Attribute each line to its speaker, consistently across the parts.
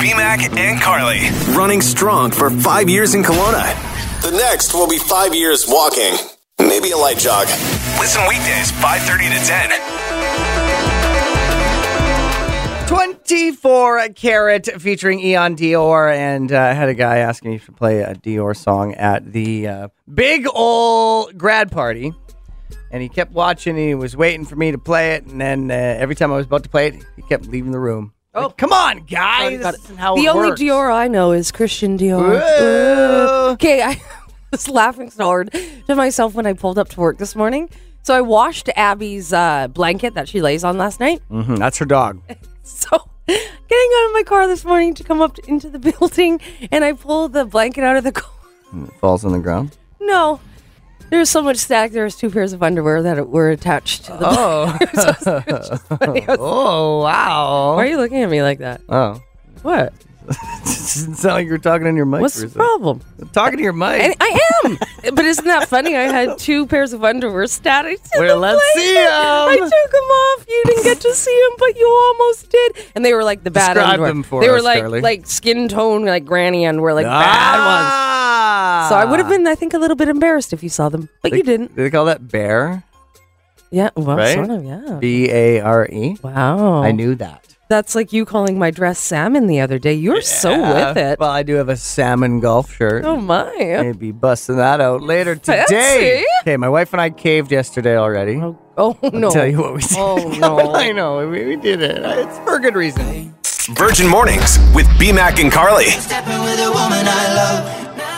Speaker 1: BMAC and Carly. Running strong for five years in Kelowna.
Speaker 2: The next will be five years walking, maybe a light jog.
Speaker 1: Listen weekdays, 5.30 to 10.
Speaker 3: 24 Carat featuring Eon Dior. And uh, I had a guy ask me to play a Dior song at the uh, big ol' grad party. And he kept watching and he was waiting for me to play it. And then uh, every time I was about to play it, he kept leaving the room. Oh, come on, guy. This isn't how
Speaker 4: the
Speaker 3: it
Speaker 4: only
Speaker 3: works.
Speaker 4: Dior I know is Christian
Speaker 3: Ooh.
Speaker 4: Dior. Okay, I was laughing so hard to myself when I pulled up to work this morning. So I washed Abby's uh, blanket that she lays on last night.
Speaker 3: Mhm, that's her dog.
Speaker 4: So getting out of my car this morning to come up into the building, and I pull the blanket out of the car.
Speaker 3: Falls on the ground.
Speaker 4: No. There was so much static. There was two pairs of underwear that were attached to the.
Speaker 3: Oh. oh, wow.
Speaker 4: Why are you looking at me like that?
Speaker 3: Oh.
Speaker 4: What?
Speaker 3: Doesn't sound like you're talking on your mic.
Speaker 4: What's
Speaker 3: for a
Speaker 4: the
Speaker 3: second.
Speaker 4: problem?
Speaker 3: Talking to your mic.
Speaker 4: And I am. but isn't that funny? I had two pairs of underwear static. to
Speaker 3: Well,
Speaker 4: the
Speaker 3: let's
Speaker 4: blanket.
Speaker 3: see 'em.
Speaker 4: I took them off. You didn't get to see them, but you almost did. And they were like the bad
Speaker 3: Describe
Speaker 4: underwear.
Speaker 3: them for
Speaker 4: they were
Speaker 3: us,
Speaker 4: like
Speaker 3: Carly.
Speaker 4: like skin tone, like granny underwear, like
Speaker 3: Ah.
Speaker 4: bad ones. So I would have been, I think, a little bit embarrassed if you saw them, but
Speaker 3: They,
Speaker 4: you didn't.
Speaker 3: They call that bear.
Speaker 4: Yeah, well,
Speaker 3: Right?
Speaker 4: sort of, yeah.
Speaker 3: B A R E.
Speaker 4: wow,
Speaker 3: I knew that.
Speaker 4: That's like you calling my dress salmon the other day. You're so
Speaker 3: Uh,
Speaker 4: with it.
Speaker 3: Well, I do have a salmon golf shirt.
Speaker 4: oh my.
Speaker 3: Maybe busting that out later
Speaker 4: Fancy.
Speaker 3: today. Okay, my wife and I caved yesterday already. I'll
Speaker 4: Oh no.
Speaker 3: tell you what we did.
Speaker 4: Oh, no.
Speaker 3: I know we, we did it. It's for a good reason.
Speaker 1: Virgin Mornings with BMAC and Carly.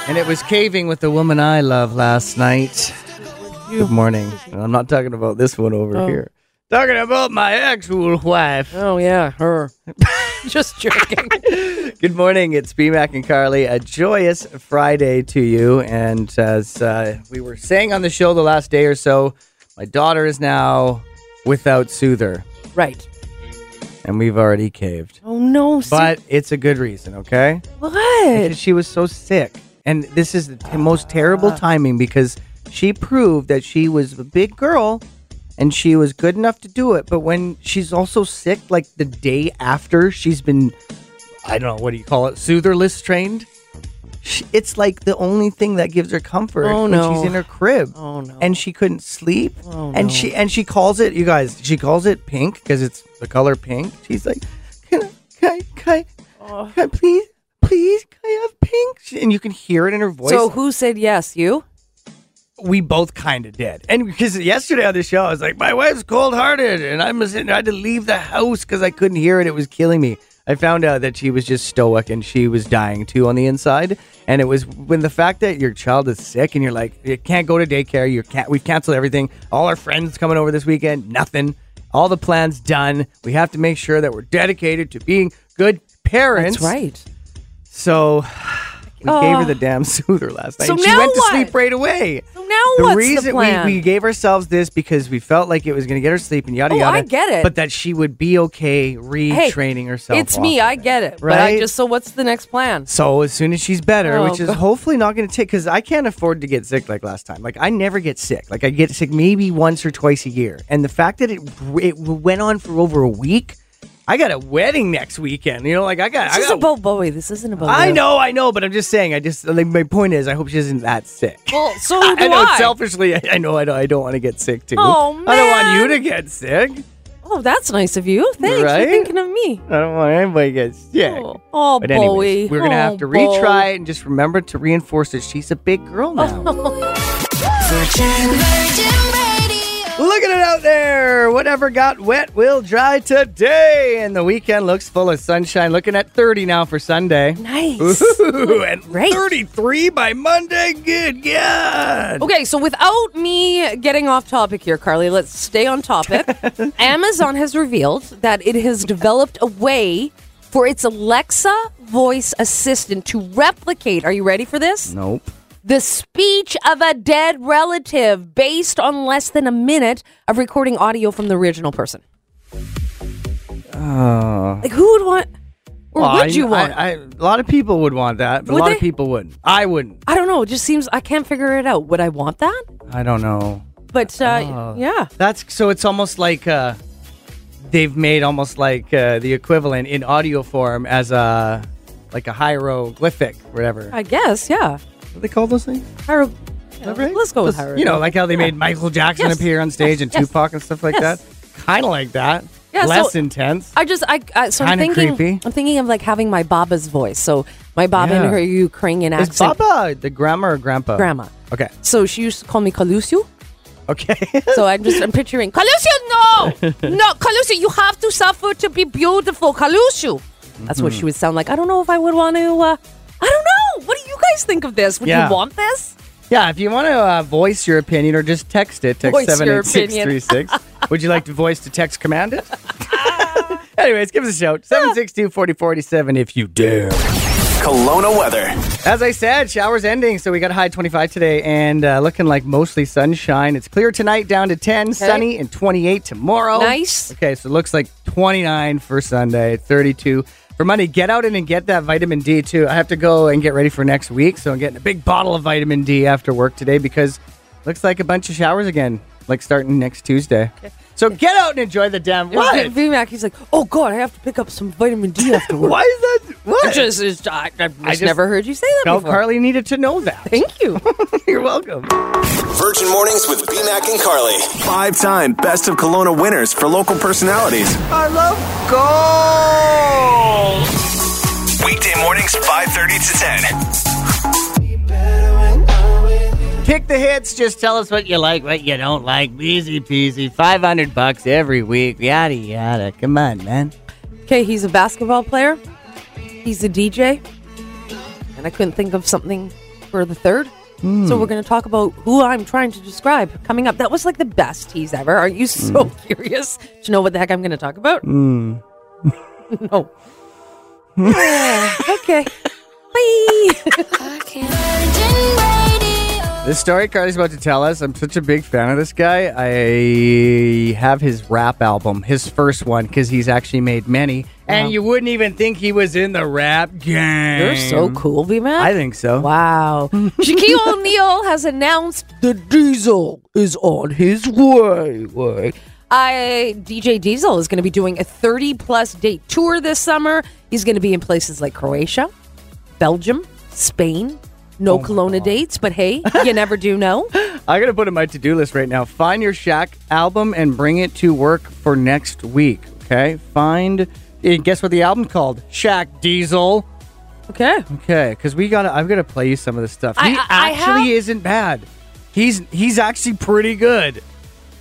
Speaker 3: And it was caving with the woman I love last night. Good morning. And I'm not talking about this one over here. Talking about my actual wife.
Speaker 4: Oh yeah, her. Just joking.
Speaker 3: Good morning. It's BMAC and Carly. A joyous Friday to you. And as uh, we were saying on the show the last day or so, my daughter is now without soother,
Speaker 4: right.
Speaker 3: and we've already caved.
Speaker 4: Oh no. see-
Speaker 3: But it's a good reason, okay? Because
Speaker 4: what?
Speaker 3: she was so sick. And this is the t- most terrible timing because she proved that she was a big girl and she was good enough to do it. But when she's also sick, like the day after she's been, I don't know, what do you call it, sootherless trained? She, it's like the only thing that gives her comfort
Speaker 4: Oh,
Speaker 3: when
Speaker 4: no.
Speaker 3: she's in her crib.
Speaker 4: Oh, no.
Speaker 3: And she couldn't sleep.
Speaker 4: Oh,
Speaker 3: and
Speaker 4: no.
Speaker 3: she and she calls it, you guys, she calls it pink because it's the color pink. She's like, can I, can I, can I,
Speaker 4: Oh.
Speaker 3: can I please, please, can I have pink? She- And you can hear it in her voice.
Speaker 4: So who said yes? You?
Speaker 3: we both kind of did. And because yesterday on the show, I was like, my wife's cold hearted, and I'm sitting, I had to leave the house because I couldn't hear it. It was killing me. I found out that she was just stoic and she was dying too on the inside. And it was when the fact that your child is sick and you're like, you can't go to daycare. You can't. We've canceled everything. All our friends coming over this weekend. Nothing. All the plans done. We have to make sure that we're dedicated to being good parents.
Speaker 4: That's right.
Speaker 3: So we gave her
Speaker 4: Oh.
Speaker 3: the damn soother last night.
Speaker 4: So
Speaker 3: and she
Speaker 4: now
Speaker 3: went
Speaker 4: what?
Speaker 3: to sleep right away.
Speaker 4: So now what's the plan?
Speaker 3: We, we gave ourselves this because we felt like it was going to get her sleep and yada
Speaker 4: Oh,
Speaker 3: yada.
Speaker 4: I get it.
Speaker 3: But that she would be okay
Speaker 4: Hey,
Speaker 3: retraining herself.
Speaker 4: It's me.
Speaker 3: off
Speaker 4: I
Speaker 3: of it.
Speaker 4: get it. But I
Speaker 3: Right?
Speaker 4: just. So what's the next plan?
Speaker 3: So as soon as she's better,
Speaker 4: Oh,
Speaker 3: which is
Speaker 4: God.
Speaker 3: hopefully not going to take, because I can't afford to get sick like last time. Like I never get sick. Like I get sick maybe once or twice a year, and the fact that it it went on for over a week. I got a wedding next weekend. You know, like I got
Speaker 4: This
Speaker 3: I
Speaker 4: is
Speaker 3: got
Speaker 4: about Bowie. This isn't about.
Speaker 3: I
Speaker 4: you.
Speaker 3: know, I know, but I'm just saying. I just like my point is, I hope she isn't that sick.
Speaker 4: Well, so Oh, do I.
Speaker 3: I know, selfishly, I, I know, I don't, I don't want to get sick too.
Speaker 4: Oh,
Speaker 3: I don't want you
Speaker 4: man.
Speaker 3: to get sick.
Speaker 4: Oh, that's nice of you. Thanks
Speaker 3: Right?
Speaker 4: for thinking of me.
Speaker 3: I don't want anybody to get sick.
Speaker 4: Oh, oh,
Speaker 3: But anyways,
Speaker 4: Bowie.
Speaker 3: we're gonna
Speaker 4: Oh,
Speaker 3: have to
Speaker 4: Bowie.
Speaker 3: retry it and just remember to reinforce that she's a big girl now.
Speaker 4: Oh.
Speaker 3: Look at it out there. Whatever got wet will dry today, and the weekend looks full of sunshine. Looking at 30 now for Sunday.
Speaker 4: Nice.
Speaker 3: Ooh, and
Speaker 4: Great.
Speaker 3: 33 by Monday. Good God.
Speaker 4: Okay, so without me getting off topic here, Carly, let's stay on topic. Amazon has revealed that it has developed a way for its Alexa voice assistant to replicate, are you ready for this?
Speaker 3: Nope.
Speaker 4: The speech of a dead relative based on less than a minute of recording audio from the original person. Like, who would want, or
Speaker 3: Uh. Well,
Speaker 4: would
Speaker 3: I-
Speaker 4: you want? I,
Speaker 3: I, I, a lot of people would want that, but
Speaker 4: Would
Speaker 3: a lot
Speaker 4: they?
Speaker 3: of people wouldn't. I wouldn't.
Speaker 4: don't know. It just seems, I can't figure it out. Would I want that?
Speaker 3: I don't know. Oh.
Speaker 4: But, uh, yeah.
Speaker 3: That's so. It's almost like uh, they've made almost like uh, the equivalent in audio form as a like a hieroglyphic, whatever.
Speaker 4: I guess, yeah.
Speaker 3: what do they call those things?
Speaker 4: Hiro-
Speaker 3: Is that right?
Speaker 4: Uh, Let's go with
Speaker 3: Those-
Speaker 4: Hiro.
Speaker 3: You know, like how they made Michael Jackson
Speaker 4: Yes.
Speaker 3: appear on stage and
Speaker 4: Yes.
Speaker 3: Tupac and stuff like
Speaker 4: Yes.
Speaker 3: that. Kind of like that.
Speaker 4: Yeah,
Speaker 3: Less
Speaker 4: so-
Speaker 3: intense.
Speaker 4: I just I, I so I'm
Speaker 3: Kinda
Speaker 4: thinking
Speaker 3: creepy.
Speaker 4: I'm thinking of like having my Baba's voice. So my Baba
Speaker 3: Yeah.
Speaker 4: in her Ukrainian
Speaker 3: Is
Speaker 4: accent.
Speaker 3: Baba the grandma or grandpa?
Speaker 4: Grandma.
Speaker 3: Okay.
Speaker 4: So she used to call me Kalusiu.
Speaker 3: Okay.
Speaker 4: So I'm just I'm picturing Kalusiu. No, no, Kalusiu, you have to suffer to be beautiful, Kalusiu. That's
Speaker 3: Mm-hmm.
Speaker 4: what she would sound like. I don't know if I would want to. Uh, I don't know. What do you guys think of this? Would
Speaker 3: Yeah.
Speaker 4: you want this?
Speaker 3: yeah, if you want to uh, voice your opinion or just text it, text
Speaker 4: Voice your
Speaker 3: 78636. Would you like to voice to text command it? Anyways, give us a shout. 762 4047 if you dare.
Speaker 1: Kelowna weather.
Speaker 3: As I said, showers ending, so we got a high 25 today and uh, looking like mostly sunshine. It's clear tonight, down to 10, sunny and 28 tomorrow.
Speaker 4: Nice.
Speaker 3: Okay, so it looks like 29 for Sunday, 32 for Monday. Get out and get that vitamin D too. I have to go and get ready for next week, so I'm getting a big bottle of vitamin D after work today because looks like a bunch of showers again, like starting next Tuesday. So get out and enjoy the damn
Speaker 4: V-
Speaker 3: what?
Speaker 4: VMAC, he's like, oh god, I have to pick up some vitamin D after work.
Speaker 3: Why is that?
Speaker 4: I
Speaker 3: What?
Speaker 4: just, it's- I, I've just
Speaker 3: just-
Speaker 4: never heard you say that
Speaker 3: no,
Speaker 4: before.
Speaker 3: Carly needed to know that.
Speaker 4: Thank you.
Speaker 3: You're welcome.
Speaker 2: Virgin Mornings with BMAC and Carly.
Speaker 1: Five time best of Kelowna winners for local personalities.
Speaker 3: I love gold.
Speaker 1: Weekday mornings 5.30 to 10.
Speaker 3: Pick the hits. Just tell us what you like, what you don't like. Easy peasy. 500 bucks every week. Yada, yada. Come on, man.
Speaker 4: Okay, he's a basketball player. He's a DJ. And I couldn't think of something for the third. So we're going to talk about who I'm trying to describe coming up. That was like the best tease ever. Are you so curious to know what the heck I'm going to talk about? no. okay. Bye.
Speaker 3: This story Carly's about to tell us. I'm such a big fan of this guy. I have his rap album, his first one, because he's actually made many. And you wouldn't even think he was in the rap game.
Speaker 4: You're so cool, B man.
Speaker 3: I think so.
Speaker 4: Wow. Shaquille O'Neal has announced the Diesel is on his way. way. I DJ Diesel is going to be doing a 30 plus day tour this summer. He's going to be in places like Croatia, Belgium, Spain.
Speaker 3: Oh
Speaker 4: No Kelowna dates, but hey, you never do know.
Speaker 3: I gotta put in my to-do list right now. Find your Shaq album and bring it to work for next week. Okay. Find. eh, Guess what the album's called? Shaq Diesel.
Speaker 4: Okay.
Speaker 3: Okay, because we gotta. I'm gonna play you some of this stuff.
Speaker 4: I-
Speaker 3: He
Speaker 4: I- I
Speaker 3: actually
Speaker 4: have-
Speaker 3: isn't bad. He's he's actually pretty good.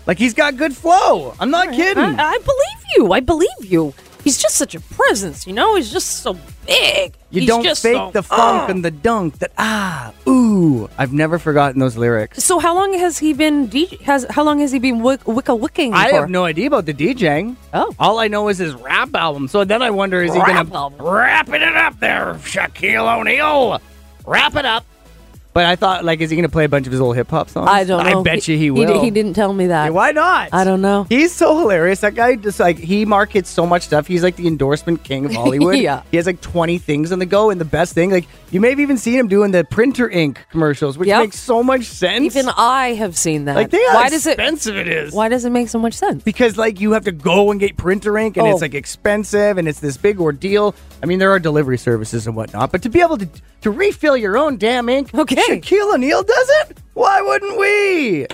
Speaker 3: Like he's got good flow. I'm not kidding.
Speaker 4: I, I believe you. I believe you. He's just such a presence, you know? He's just so big.
Speaker 3: you
Speaker 4: He's
Speaker 3: don't fake
Speaker 4: just so-
Speaker 3: the funk and the dunk. That ah ooh. I've never forgotten those lyrics.
Speaker 4: So how long has he been DJ, has how long has he been wick, wicka wicking
Speaker 3: I
Speaker 4: for?
Speaker 3: have no idea about the DJing.
Speaker 4: Oh.
Speaker 3: all I know is his rap album. So then I wonder, is he
Speaker 4: Rap
Speaker 3: gonna
Speaker 4: album.
Speaker 3: wrapping it up there, Shaquille O'Neal? Wrap it up. But I thought, like, is he gonna play a bunch of his old hip hop songs?
Speaker 4: I don't know.
Speaker 3: I bet you he
Speaker 4: He,
Speaker 3: will.
Speaker 4: di- he didn't tell me that.
Speaker 3: Yeah, Why not?
Speaker 4: I don't know.
Speaker 3: He's so hilarious. That guy just like he markets so much stuff. He's like the endorsement king of Hollywood.
Speaker 4: Yeah.
Speaker 3: He has like 20 things on the go and the best thing like you may have even seen him doing the printer ink commercials which
Speaker 4: Yep.
Speaker 3: makes so much sense.
Speaker 4: Even I have seen that.
Speaker 3: like they how
Speaker 4: why does it
Speaker 3: expensive it is.
Speaker 4: why does it make so much sense?
Speaker 3: Because like you have to go and get printer ink and
Speaker 4: Oh.
Speaker 3: it's like expensive and it's this big ordeal. I mean, there are delivery services and whatnot, but to be able to to refill your own damn ink,
Speaker 4: Okay.
Speaker 3: Shaquille O'Neal does it. Why wouldn't we?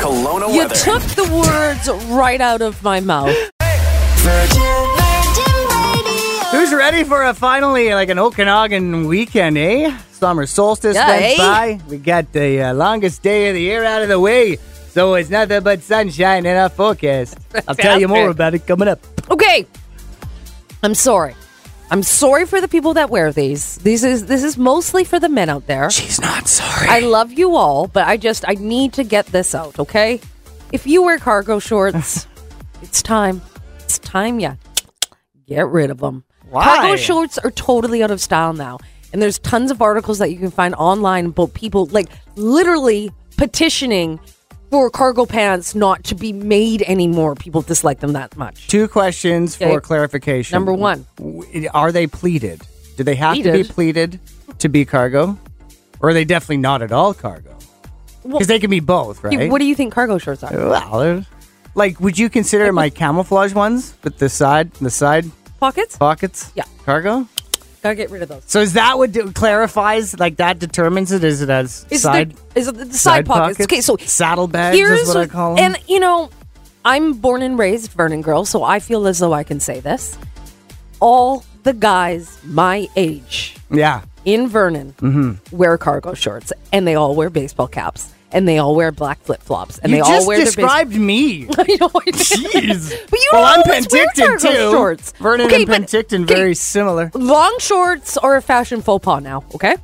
Speaker 1: Kelowna
Speaker 4: You
Speaker 1: weather.
Speaker 4: took the words right out of my mouth.
Speaker 3: Who's ready for a finally like an Okanagan weekend, eh? Summer solstice
Speaker 4: Yeah,
Speaker 3: went
Speaker 4: eh?
Speaker 3: by. We got the uh, longest day of the year out of the way, so it's nothing but sunshine in our forecast. I'll tell you more
Speaker 4: Fantastic.
Speaker 3: about it coming up.
Speaker 4: Okay. I'm sorry. I'm sorry for the people that wear these. These is this is mostly for the men out there.
Speaker 3: She's not sorry.
Speaker 4: I love you all, but I just I need to get this out, okay? If you wear cargo shorts, it's time. It's time yeah. get rid of them.
Speaker 3: Why?
Speaker 4: Cargo shorts are totally out of style now. And there's tons of articles that you can find online about people like literally petitioning for cargo pants not to be made anymore. People dislike them that much.
Speaker 3: Two questions
Speaker 4: Okay.
Speaker 3: for clarification.
Speaker 4: Number one.
Speaker 3: W- Are they pleated? Do they have to
Speaker 4: Pleated?
Speaker 3: be pleated to be cargo? Or are they definitely not at all cargo? Because
Speaker 4: Well,
Speaker 3: they can be both, right?
Speaker 4: What do you think cargo shorts are?
Speaker 3: Well, they're- Like, would you consider my camouflage ones with the side, the side
Speaker 4: Pockets?
Speaker 3: pockets?
Speaker 4: Yeah.
Speaker 3: Cargo?
Speaker 4: Gotta get rid of those.
Speaker 3: So is that what do, clarifies? Like that determines it? Is it as
Speaker 4: Is
Speaker 3: side?
Speaker 4: the, is it the side, pockets. Okay, so
Speaker 3: saddlebags
Speaker 4: here's
Speaker 3: is what I call them.
Speaker 4: and you know, I'm born and raised Vernon girl, so I feel as though I can say this. All the guys my age
Speaker 3: yeah,
Speaker 4: in Vernon
Speaker 3: Mm-hmm.
Speaker 4: wear cargo shorts, and they all wear baseball caps, and they all wear black flip flops, and
Speaker 3: you
Speaker 4: they
Speaker 3: just
Speaker 4: all wear
Speaker 3: described me.
Speaker 4: their baseball. I know I did.
Speaker 3: Jeez.
Speaker 4: But you
Speaker 3: well,
Speaker 4: don't
Speaker 3: I'm
Speaker 4: always wear
Speaker 3: Penticton
Speaker 4: cargo
Speaker 3: too.
Speaker 4: shorts.
Speaker 3: Vernon
Speaker 4: Okay,
Speaker 3: and
Speaker 4: but-
Speaker 3: Penticton
Speaker 4: okay,
Speaker 3: very similar.
Speaker 4: long shorts are a fashion faux pas now. Okay,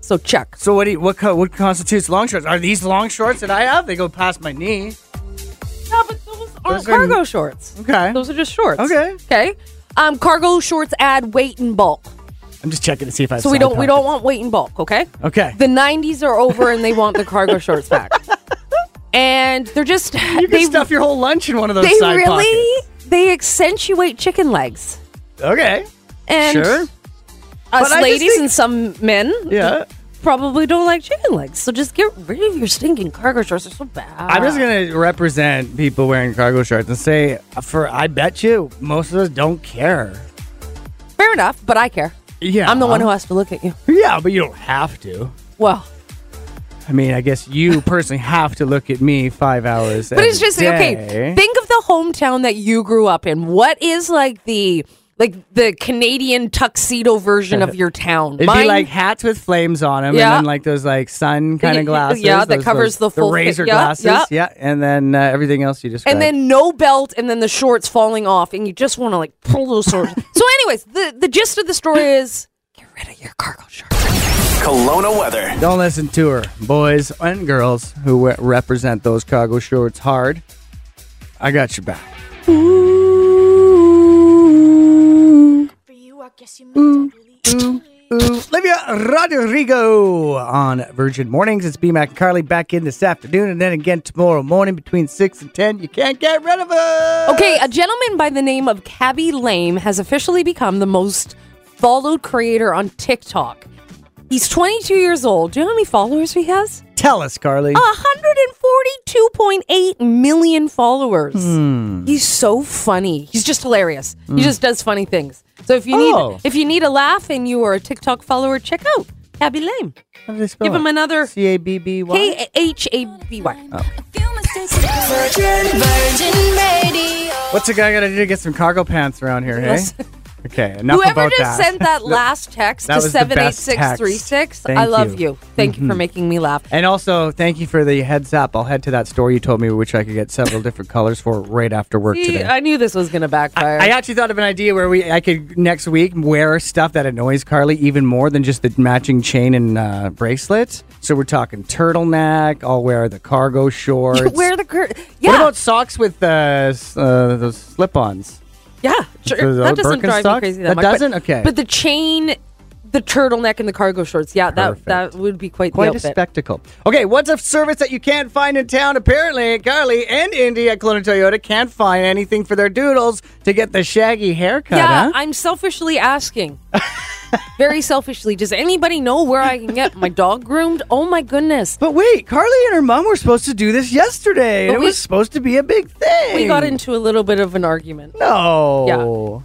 Speaker 4: so check.
Speaker 3: So what? Do you, what? Co- what constitutes long shorts? Are these long shorts that I have? They go past my knee.
Speaker 4: No, but those aren't
Speaker 3: Those are-
Speaker 4: cargo shorts.
Speaker 3: Okay.
Speaker 4: Those are just shorts.
Speaker 3: Okay.
Speaker 4: Okay. Um, cargo shorts add weight and bulk,
Speaker 3: I'm just checking to see if I. Have
Speaker 4: so we
Speaker 3: side
Speaker 4: don't we don't
Speaker 3: pockets.
Speaker 4: want weight and bulk. Okay.
Speaker 3: Okay.
Speaker 4: The '90s are over, and they want the cargo shorts back. And they're just
Speaker 3: You can
Speaker 4: they
Speaker 3: stuff your whole lunch in one of those
Speaker 4: they
Speaker 3: side
Speaker 4: really they accentuate chicken legs
Speaker 3: pockets. Okay.
Speaker 4: and
Speaker 3: sure.
Speaker 4: us
Speaker 3: But I just
Speaker 4: ladies
Speaker 3: think-
Speaker 4: and some men
Speaker 3: Yeah.
Speaker 4: probably don't like chicken legs. So just get rid of your stinking cargo shorts. They're so bad.
Speaker 3: I'm just gonna represent people wearing cargo shorts and say, for I bet you most of us don't care.
Speaker 4: fair enough, but I care.
Speaker 3: Yeah.
Speaker 4: I'm the one who has to look at you.
Speaker 3: Yeah, but you don't have to.
Speaker 4: Well,
Speaker 3: I mean, I guess you personally have to look at me five hours.
Speaker 4: but it's just okay. Think of the hometown that you grew up in. What is like the like the Canadian tuxedo version of your town?
Speaker 3: It'd
Speaker 4: Mine-
Speaker 3: be like hats with flames on them,
Speaker 4: Yeah.
Speaker 3: and then like those like sun kind
Speaker 4: Yeah,
Speaker 3: of glasses.
Speaker 4: that
Speaker 3: those-
Speaker 4: covers
Speaker 3: those-
Speaker 4: the full
Speaker 3: the
Speaker 4: face.
Speaker 3: razor
Speaker 4: Yeah,
Speaker 3: glasses.
Speaker 4: yeah.
Speaker 3: yeah, and then uh, everything else you just
Speaker 4: and then no belt and then the shorts falling off and you just want to like pull those shorts. so anyways, the the gist of the story is get rid of your cargo shorts.
Speaker 1: Kelowna weather.
Speaker 3: Don't listen to her, boys and girls who we- represent those cargo shorts hard. I got your back.
Speaker 5: For you, I guess you meant to really.
Speaker 3: Ooh, Olivia Rodrigo on Virgin Mornings. It's BMAC and Carly back in this afternoon and then again tomorrow morning between 6 and 10. You can't get rid of her.
Speaker 4: Okay, a gentleman by the name of Cabby Lame has officially become the most followed creator on TikTok. He's 22 years old. Do you know how many followers he has?
Speaker 3: Tell us,
Speaker 4: Uh,
Speaker 3: Carly.
Speaker 4: 142.8 million followers.
Speaker 3: Hmm.
Speaker 4: He's so funny. He's just hilarious. He just does funny things. So if you
Speaker 3: Oh.
Speaker 4: need if you need a laugh and you are a TikTok follower, check out Cabby Lame.
Speaker 3: How do they spell
Speaker 4: Give him
Speaker 3: it?
Speaker 4: another
Speaker 3: C A B B Y.
Speaker 4: K H A B Y.
Speaker 3: Uh,
Speaker 5: Virgin, Virgin Radio.
Speaker 3: What's a guy got to do to get some cargo pants around here, hey?
Speaker 4: Yes.
Speaker 3: Okay, enough
Speaker 4: Whoever
Speaker 3: about
Speaker 4: just
Speaker 3: that.
Speaker 4: sent that last text
Speaker 3: That
Speaker 4: to
Speaker 3: was the best
Speaker 4: 78636,
Speaker 3: text.
Speaker 4: I
Speaker 3: Thank
Speaker 4: love
Speaker 3: you. Mm-hmm.
Speaker 4: you. Thank you for making me laugh.
Speaker 3: and also, thank you for the heads up. I'll head to that store you told me which I could get several different colors for right after work
Speaker 4: See, uh,
Speaker 3: today.
Speaker 4: I knew this was going to backfire.
Speaker 3: I actually thought of an idea where we I could next week wear stuff that annoys Carly even more than just the matching chain and uh, bracelet. So we're talking turtleneck. I'll wear the cargo shorts.
Speaker 4: Where the cur- yeah,
Speaker 3: What about socks with uh, s- uh, those slip-ons?
Speaker 4: yeah, sure.
Speaker 3: the
Speaker 4: That doesn't drive me
Speaker 3: Birkenstocks?
Speaker 4: crazy that,
Speaker 3: That
Speaker 4: much. but-
Speaker 3: doesn't? Okay.
Speaker 4: But the chain, the turtleneck, and the cargo shorts. Yeah,
Speaker 3: Perfect.
Speaker 4: that that would be quite,
Speaker 3: Quite
Speaker 4: the
Speaker 3: a
Speaker 4: outfit.
Speaker 3: spectacle. Okay, what's a service that you can't find in town? Apparently, Carly and Indy at Kelowna Toyota can't find anything for their doodles to get the shaggy haircut.
Speaker 4: yeah,
Speaker 3: huh?
Speaker 4: I'm selfishly asking. Very selfishly, does anybody know where I can get my dog groomed? Oh my goodness.
Speaker 3: But wait, Carly and her mom were supposed to do this yesterday. and
Speaker 4: But
Speaker 3: it
Speaker 4: we-
Speaker 3: was supposed to be a big thing.
Speaker 4: We got into a little bit of an argument.
Speaker 3: No.
Speaker 4: Yeah.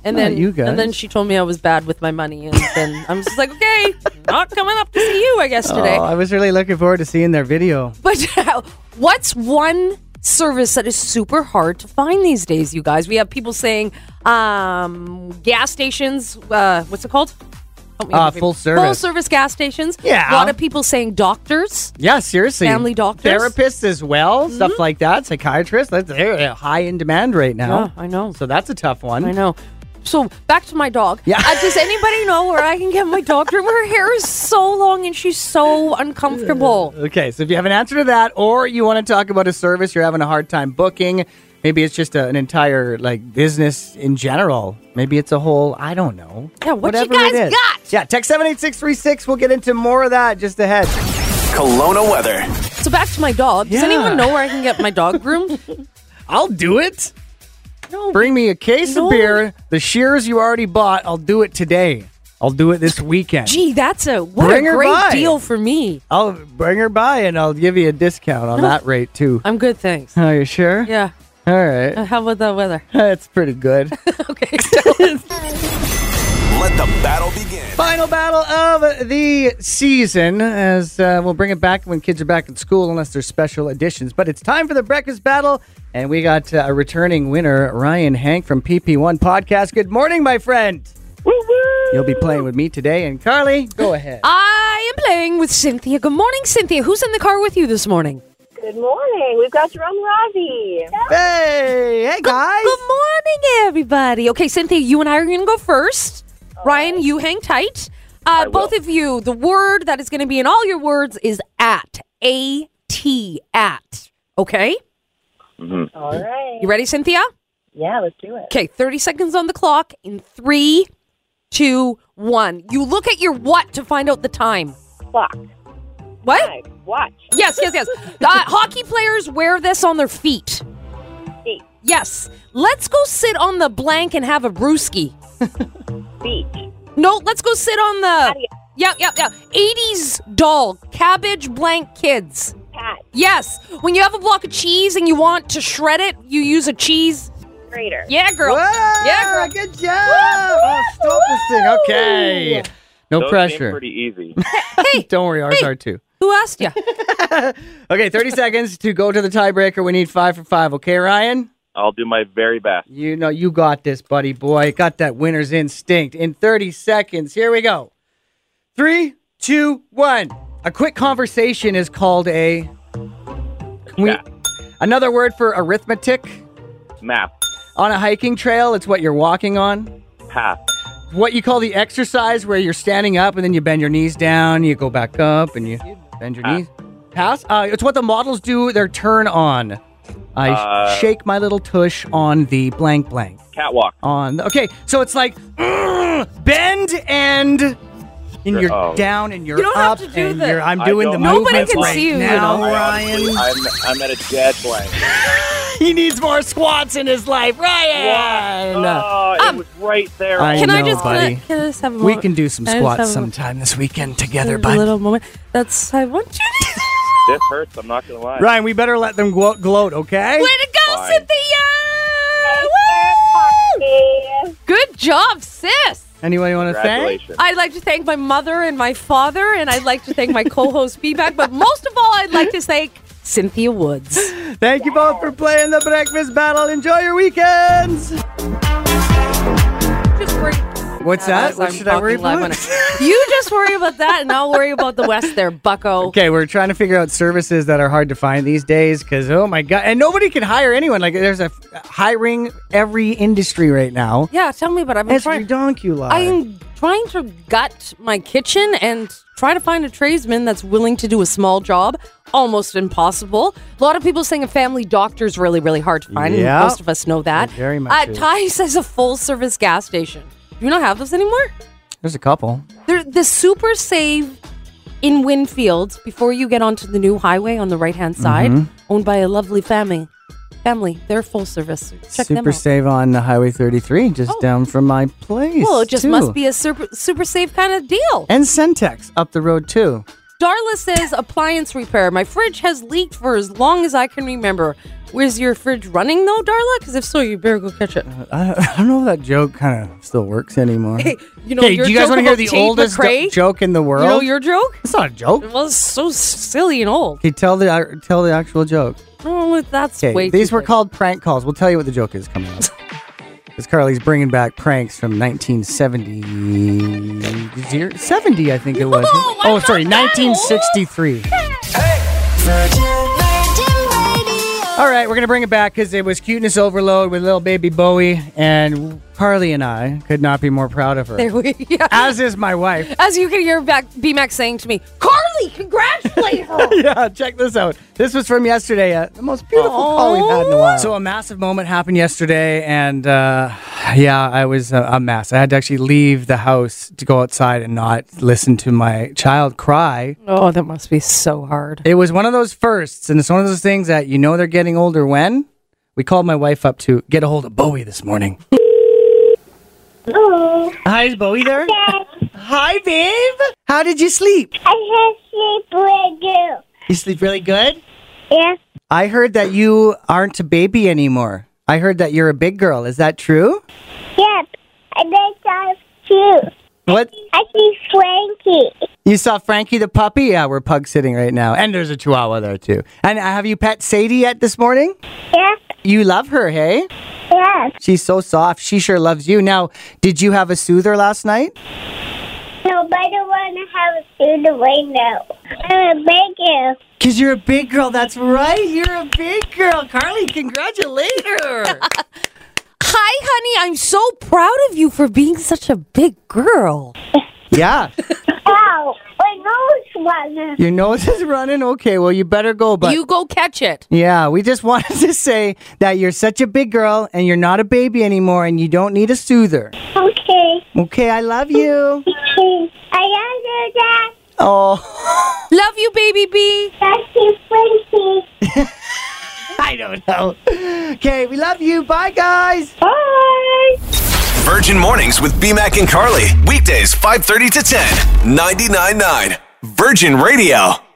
Speaker 4: And
Speaker 3: Not
Speaker 4: then
Speaker 3: Oh, you guys.
Speaker 4: and then she told me I was bad with my money and then I'm just like, "Okay, not coming up to see you I guess
Speaker 3: Oh,
Speaker 4: today."
Speaker 3: I was really looking forward to seeing their video.
Speaker 4: But what's one service that is super hard to find these days, you guys? We have people saying um gas stations, uh what's it called? Help me
Speaker 3: Uh,
Speaker 4: out here.
Speaker 3: full service.
Speaker 4: Full service gas stations.
Speaker 3: Yeah.
Speaker 4: A lot of people saying doctors.
Speaker 3: Yeah, seriously.
Speaker 4: Family doctors? Mm-hmm.
Speaker 3: Therapists as well, stuff like that. Psychiatrists, that's- they're high in demand right now.
Speaker 4: Yeah, Ah, I know.
Speaker 3: So that's a tough one.
Speaker 4: I know. So back to my dog.
Speaker 3: Yeah.
Speaker 4: Uh, does anybody know where I can get my dog groomed? Her hair is so long and she's so uncomfortable.
Speaker 3: Okay, so if you have an answer to that, or you want to talk about a service you're having a hard time booking, maybe it's just a, an entire like business in general. Maybe it's a whole I don't know.
Speaker 4: Yeah, what you
Speaker 3: Whatever it
Speaker 4: guys
Speaker 3: is.
Speaker 4: got?
Speaker 3: Yeah, text seven eight six three six. We'll get into more of that just ahead.
Speaker 1: Kelowna weather.
Speaker 4: So back to my dog. Does
Speaker 3: Yeah.
Speaker 4: anyone know where I can get my dog groomed?
Speaker 3: I'll do it.
Speaker 4: No.
Speaker 3: Bring me a case
Speaker 4: No.
Speaker 3: of beer, the shears you already bought. I'll do it today. I'll do it this weekend.
Speaker 4: Gee, that's a what
Speaker 3: Bring
Speaker 4: a
Speaker 3: her
Speaker 4: great
Speaker 3: by.
Speaker 4: deal for me.
Speaker 3: I'll bring her by and I'll give you a discount on that rate too.
Speaker 4: I'm good, thanks.
Speaker 3: Are you sure?
Speaker 4: Yeah.
Speaker 3: All right.
Speaker 4: How about the weather?
Speaker 3: That's pretty good.
Speaker 4: Okay.
Speaker 2: Let the battle begin.
Speaker 3: Final battle of the season, as uh, we'll bring it back when kids are back in school, unless there's special editions. But it's time for the breakfast battle, and we got uh, a returning winner, Ryan Hank from PP1 Podcast. Good morning, my friend. You'll be playing with me today, and Carly, go ahead.
Speaker 4: I am playing with Cynthia. Good morning, Cynthia. Who's in the car with you this morning?
Speaker 6: Good morning. We've got Jerome Ravi.
Speaker 7: Ah!
Speaker 3: hey, hey, guys.
Speaker 4: Good morning, everybody. Okay, Cynthia, you and I are going to go first. Ryan, you hang tight. Uh, both of you, the word that is going to be in all your words is at. A T at. Okay?
Speaker 6: All right.
Speaker 4: You ready, Cynthia?
Speaker 6: Yeah, let's do it.
Speaker 4: Okay, 30 seconds on the clock in three, two, one. You look at your what to find out the time.
Speaker 6: Clock.
Speaker 4: What?
Speaker 6: Time. Watch.
Speaker 4: Yes, yes, yes. Uh, hockey players wear this on their feet.
Speaker 6: Feet.
Speaker 4: Yes. Let's go sit on the blank and have a brewski.
Speaker 6: Beach.
Speaker 4: No, let's go sit on the. Yeah, yeah, yeah. 80s doll, cabbage blank kids.
Speaker 6: Cat.
Speaker 4: Yes. When you have a block of cheese and you want to shred it, you use a cheese.
Speaker 6: Grater.
Speaker 4: Yeah, girl.
Speaker 3: Whoa,
Speaker 4: Yeah, girl.
Speaker 3: Ah, good job. Oh, stop this thing. Okay. No
Speaker 7: Those
Speaker 3: pressure.
Speaker 7: Seem pretty easy.
Speaker 3: Don't worry, ours are too.
Speaker 4: Who asked you?
Speaker 3: Okay, 30 seconds to go to the tiebreaker. We need five for five. Okay, Ryan?
Speaker 7: I'll do my very best.
Speaker 3: You know, you got this, buddy boy. Got that winner's instinct. In 30 seconds, here we go. Three, two, one. A quick conversation is called a. Can we-
Speaker 7: Yeah.
Speaker 3: Another word for arithmetic.
Speaker 7: Map.
Speaker 3: On a hiking trail, it's what you're walking on.
Speaker 7: Path.
Speaker 3: What you call the exercise where you're standing up and then you bend your knees down, you go back up and you bend your
Speaker 7: Pass.
Speaker 3: knees. Pass? Uh, it's what the models do their turn on. I
Speaker 7: Uh,
Speaker 3: shake my little tush on the blank blank.
Speaker 7: Catwalk.
Speaker 3: on. the- Okay, so it's like mm, bend and and you're
Speaker 7: oh.
Speaker 3: down and you're
Speaker 4: You don't have
Speaker 3: up
Speaker 4: to do
Speaker 3: and
Speaker 4: that.
Speaker 3: you're, I'm
Speaker 7: I
Speaker 3: doing the
Speaker 7: don't- Nobody
Speaker 3: movements
Speaker 7: can
Speaker 3: right
Speaker 4: see you, you
Speaker 3: now,
Speaker 4: know.
Speaker 3: Ryan.
Speaker 7: I'm, I'm at a dead blank.
Speaker 3: He needs more squats in his life, Ryan.
Speaker 7: Oh, it was right there.
Speaker 3: I
Speaker 4: Can I
Speaker 3: know,
Speaker 4: just can I-
Speaker 3: buddy.
Speaker 4: can I just have a
Speaker 3: we
Speaker 4: moment?
Speaker 3: can do some
Speaker 4: I just
Speaker 3: squats
Speaker 4: have a-
Speaker 3: sometime this weekend together,
Speaker 4: a
Speaker 3: bud.
Speaker 4: little moment. That's I want you to.
Speaker 7: this hurts. I'm not gonna lie.
Speaker 3: Ryan, we better let them glo- gloat, okay?
Speaker 4: Way to go,
Speaker 7: Fine.
Speaker 4: Cynthia! Woo!
Speaker 6: Yeah.
Speaker 4: Good job, sis.
Speaker 3: Anyone you want to thank?
Speaker 7: Congratulations.
Speaker 4: I'd like to thank my mother and my father, and I'd like to thank my co-host Feedback, but most of all, I'd like to thank Cynthia Woods.
Speaker 3: Thank you both for playing the breakfast battle. Enjoy your weekends.
Speaker 4: Just worry
Speaker 3: What's that? What should I worry about?
Speaker 4: You just worry about that, and I'll worry about the West there, Bucko.
Speaker 3: Okay, we're trying to figure out services that are hard to find these days because, oh my God. And nobody can hire anyone. Like, there's a f- hiring every industry right now.
Speaker 4: Yeah, tell me, but I've been
Speaker 3: It's
Speaker 4: trying.
Speaker 3: ridiculous.
Speaker 4: I'm trying to gut my kitchen and try to find a tradesman that's willing to do a small job. Almost impossible. A lot of people saying a family doctor is really, really hard to find. and
Speaker 3: Yeah.
Speaker 4: Most of us know that.
Speaker 3: It very much
Speaker 4: Uh,
Speaker 3: is.
Speaker 4: Ty says a full service gas station. Do you not have those anymore?
Speaker 3: There's a couple.
Speaker 4: They're the super save in Winfield before you get onto the new highway on the right hand
Speaker 3: Mm-hmm.
Speaker 4: side, owned by a lovely family. Family, they're full service. Check them
Speaker 3: Super
Speaker 4: out.
Speaker 3: Save on the Highway 33, just
Speaker 4: Oh.
Speaker 3: down from my place.
Speaker 4: Well, it just
Speaker 3: too.
Speaker 4: must be a super, super safe kind of deal.
Speaker 3: And Centex up the road, too.
Speaker 4: Darla says appliance repair. My fridge has leaked for as long as I can remember. Is your fridge running though, Darla? Because if so, you better go catch it.
Speaker 3: I, I don't know if that joke kind of still works anymore.
Speaker 4: Hey, you know
Speaker 3: okay,
Speaker 4: your
Speaker 3: do you guys
Speaker 4: joke
Speaker 3: wanna hear
Speaker 4: about
Speaker 3: the
Speaker 4: Tate
Speaker 3: oldest do-
Speaker 4: McRae?
Speaker 3: joke in the world?
Speaker 4: You know your joke?
Speaker 3: it's not a joke.
Speaker 4: Well, it's so silly and old.
Speaker 3: Okay, tell the, uh, tell the actual joke.
Speaker 4: Oh, that's
Speaker 3: Okay,
Speaker 4: way.
Speaker 3: these
Speaker 4: too
Speaker 3: were
Speaker 4: big.
Speaker 3: called prank calls. We'll tell you what the joke is coming up. Because Carly's bringing back pranks from 1970, 70, I think it was.
Speaker 4: No, I'm
Speaker 3: oh, sorry,
Speaker 4: not that
Speaker 3: 1963. All right, we're gonna bring it back because it was cuteness overload with little baby Bowie, and Carly and I could not be more proud of her.
Speaker 4: There we- yeah. As,
Speaker 3: As is my wife.
Speaker 4: you can hear back, B Max saying to me, Carly, congratulate her.
Speaker 3: yeah, check this out. This was from yesterday. Uh, the most beautiful call we've had in a while. So a massive moment happened yesterday, and uh, yeah, I was a, a mess. I had to actually leave the house to go outside and not listen to my child cry.
Speaker 4: oh, that must be so hard.
Speaker 3: It was one of those firsts, and it's one of those things that you know they're getting older when. We called my wife up to get a hold of Bowie this morning.
Speaker 6: Hello.
Speaker 3: Hi, is Bowie there?
Speaker 6: I
Speaker 3: Hi, babe. How did you sleep?
Speaker 6: have sleep with you.
Speaker 3: You sleep really good?
Speaker 6: Yeah.
Speaker 3: I heard that you aren't a baby anymore. I heard that you're a big girl. Is that true?
Speaker 8: Yep. And then I was cute.
Speaker 3: What?
Speaker 8: I see Frankie.
Speaker 3: You saw Frankie the puppy? Yeah, we're pug sitting right now. And there's a chihuahua there too. And uh, have you pet Sadie yet this morning?
Speaker 8: Yep.
Speaker 3: You love her, hey?
Speaker 8: Yep.
Speaker 3: She's so soft. She sure loves you. Now, did you have a soother last night?
Speaker 8: No, but I don't want to have a suit right now. I'm a big girl.
Speaker 3: Because you're a big girl. That's right. You're a big girl. Carly, congratulate her.
Speaker 4: Hi, honey. I'm so proud of you for being such a big girl.
Speaker 3: yeah.
Speaker 8: Ow. oh, My nose wasn't.
Speaker 3: Your nose is running. Okay, well, you better go, but.
Speaker 4: you go catch it.
Speaker 3: yeah, we just wanted to say that you're such a big girl and you're not a baby anymore and you don't need a soother.
Speaker 8: Okay.
Speaker 3: Okay, I love you.
Speaker 8: Okay. I gotta do that.
Speaker 3: Oh.
Speaker 4: Love you, baby bee.
Speaker 8: I see Frankie.
Speaker 3: I don't know. Okay, we love you. Bye, guys.
Speaker 8: Bye.
Speaker 1: Virgin Mornings with BMAC and Carly. Weekdays 5:30 to 10. 99.9 Virgin Radio.